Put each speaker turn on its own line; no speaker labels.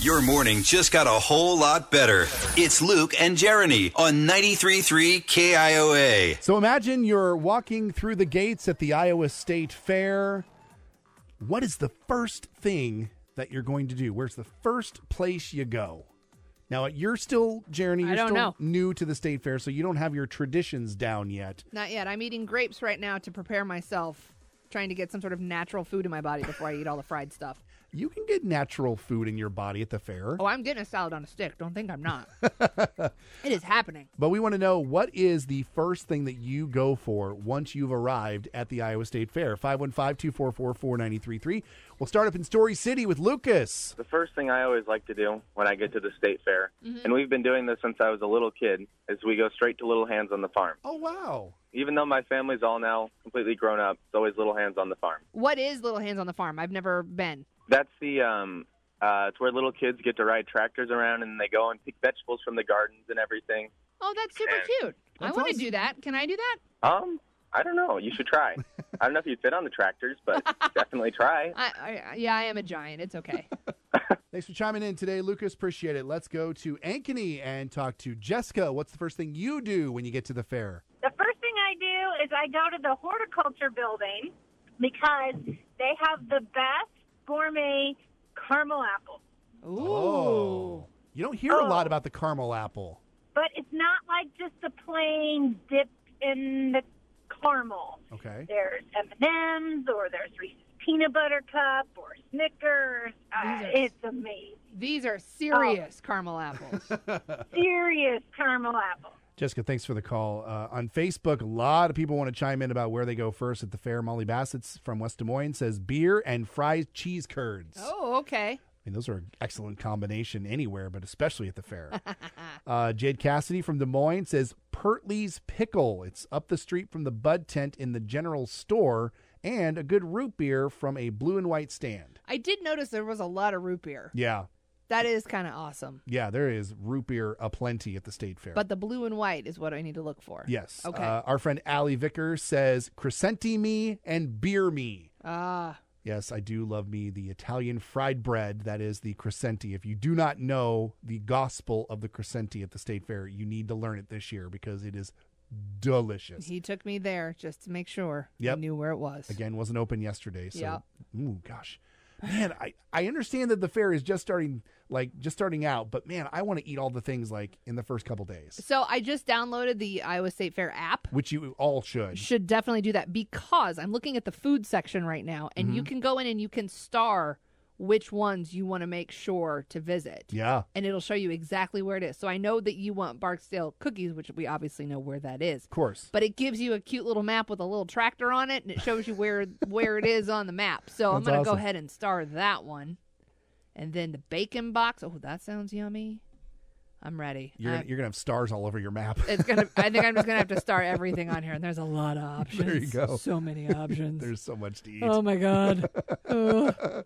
Your morning just got a whole lot better. It's Luke and Jeremy on 93.3 KIOA.
So imagine you're walking through the gates at the Iowa State Fair. What is the first thing that you're going to do? Where's the first place you go? Now you're still Jeremy,
I
you're
don't
still
know.
new to the state fair, so you don't have your traditions down yet.
Not yet. I'm eating grapes right now to prepare myself, trying to get some sort of natural food in my body before I eat all the fried stuff.
You can get natural food in your body at the fair.
Oh, I'm getting a salad on a stick. Don't think I'm not. it is happening.
But we want to know what is the first thing that you go for once you've arrived at the Iowa State Fair? 515-244-4933. We'll start up in Story City with Lucas.
the first thing I always like to do when I get to the state fair, and we've been doing this since I was a little kid, is we go straight to Little Hands on the farm.
Oh wow.
Even though my family's all now completely grown up, it's always Little Hands on the farm.
What is Little Hands on the Farm? I've never been.
That's the um, uh, it's where little kids get to ride tractors around and they go and pick vegetables from the gardens and everything.
Oh, that's super cute. I
That's
want
awesome.
to do that. Can I do that?
Um, I don't know. You should try. I don't know if you'd fit on the tractors, but definitely try.
I, I yeah, I am a giant. It's okay.
Thanks for chiming in today, Lucas. Appreciate it. Let's go to Ankeny and talk to Jessica. What's the first thing you do when you get to the fair?
The first thing I do is I go to the horticulture building because they have the best gourmet caramel apple.
Ooh.
Oh. You don't hear a
Oh.
lot about the caramel apple.
But it's not like just the plain dip in the caramel.
Okay.
There's M&Ms or there's Reese's peanut butter cup or Snickers. Uh,
These are-
it's amazing.
These are serious caramel apples.
Serious caramel apple.
Jessica, thanks for the call. Uh, on Facebook, a lot of people want to chime in about where they go first at the fair. Molly Bassett's from West Des Moines says beer and fried cheese curds.
oh, okay.
I mean, those are an excellent combination anywhere, but especially at the fair. uh, Jade Cassidy from Des Moines says Pertley's Pickle. It's up the street from the Bud Tent in the general store, and a good root beer from a blue and white stand.
I did notice there was a lot of root beer.
Yeah,
That is kind of awesome.
yeah, there is root beer aplenty at the state fair.
But the blue and white is what I need to look for.
yes,
Okay.
Uh, our friend Allie Vicker says crescenti me and beer me.
Ah.
Yes, I do love me the Italian fried bread. That is the crescenti. If you do not know the gospel of the crescenti at the state fair, you need to learn it this year because it is delicious.
He took me there just to make sure
Yep.
I knew where it was.
Again, wasn't open yesterday, so
Yep.
ooh gosh. Man, I, I understand that the fair is just starting like just starting out, but man, I want to eat all the things like in the first couple days,
So I just downloaded the Iowa State Fair app.
which you all should.
Should definitely do that because I'm looking at the food section right now, and
Mm-hmm.
you can go in and you can star which ones you want to make sure to visit.
Yeah.
And it'll show you exactly where it is. So I know that you want Barksdale cookies, which we obviously know where that is.
Of course.
But it gives you a cute little map with a little tractor on it, and it shows you where where it is on the map. So I'm
That's
gonna go
awesome.
ahead and star that one, and then the bacon box. Oh, that sounds yummy. I'm ready.
You're
I-
gonna, you're going to have stars all over your map.
it's gonna. I think I'm just gonna have to star everything on here, and there's a lot of options.
There you go.
So many options.
There's so much to eat.
oh my god. Ugh.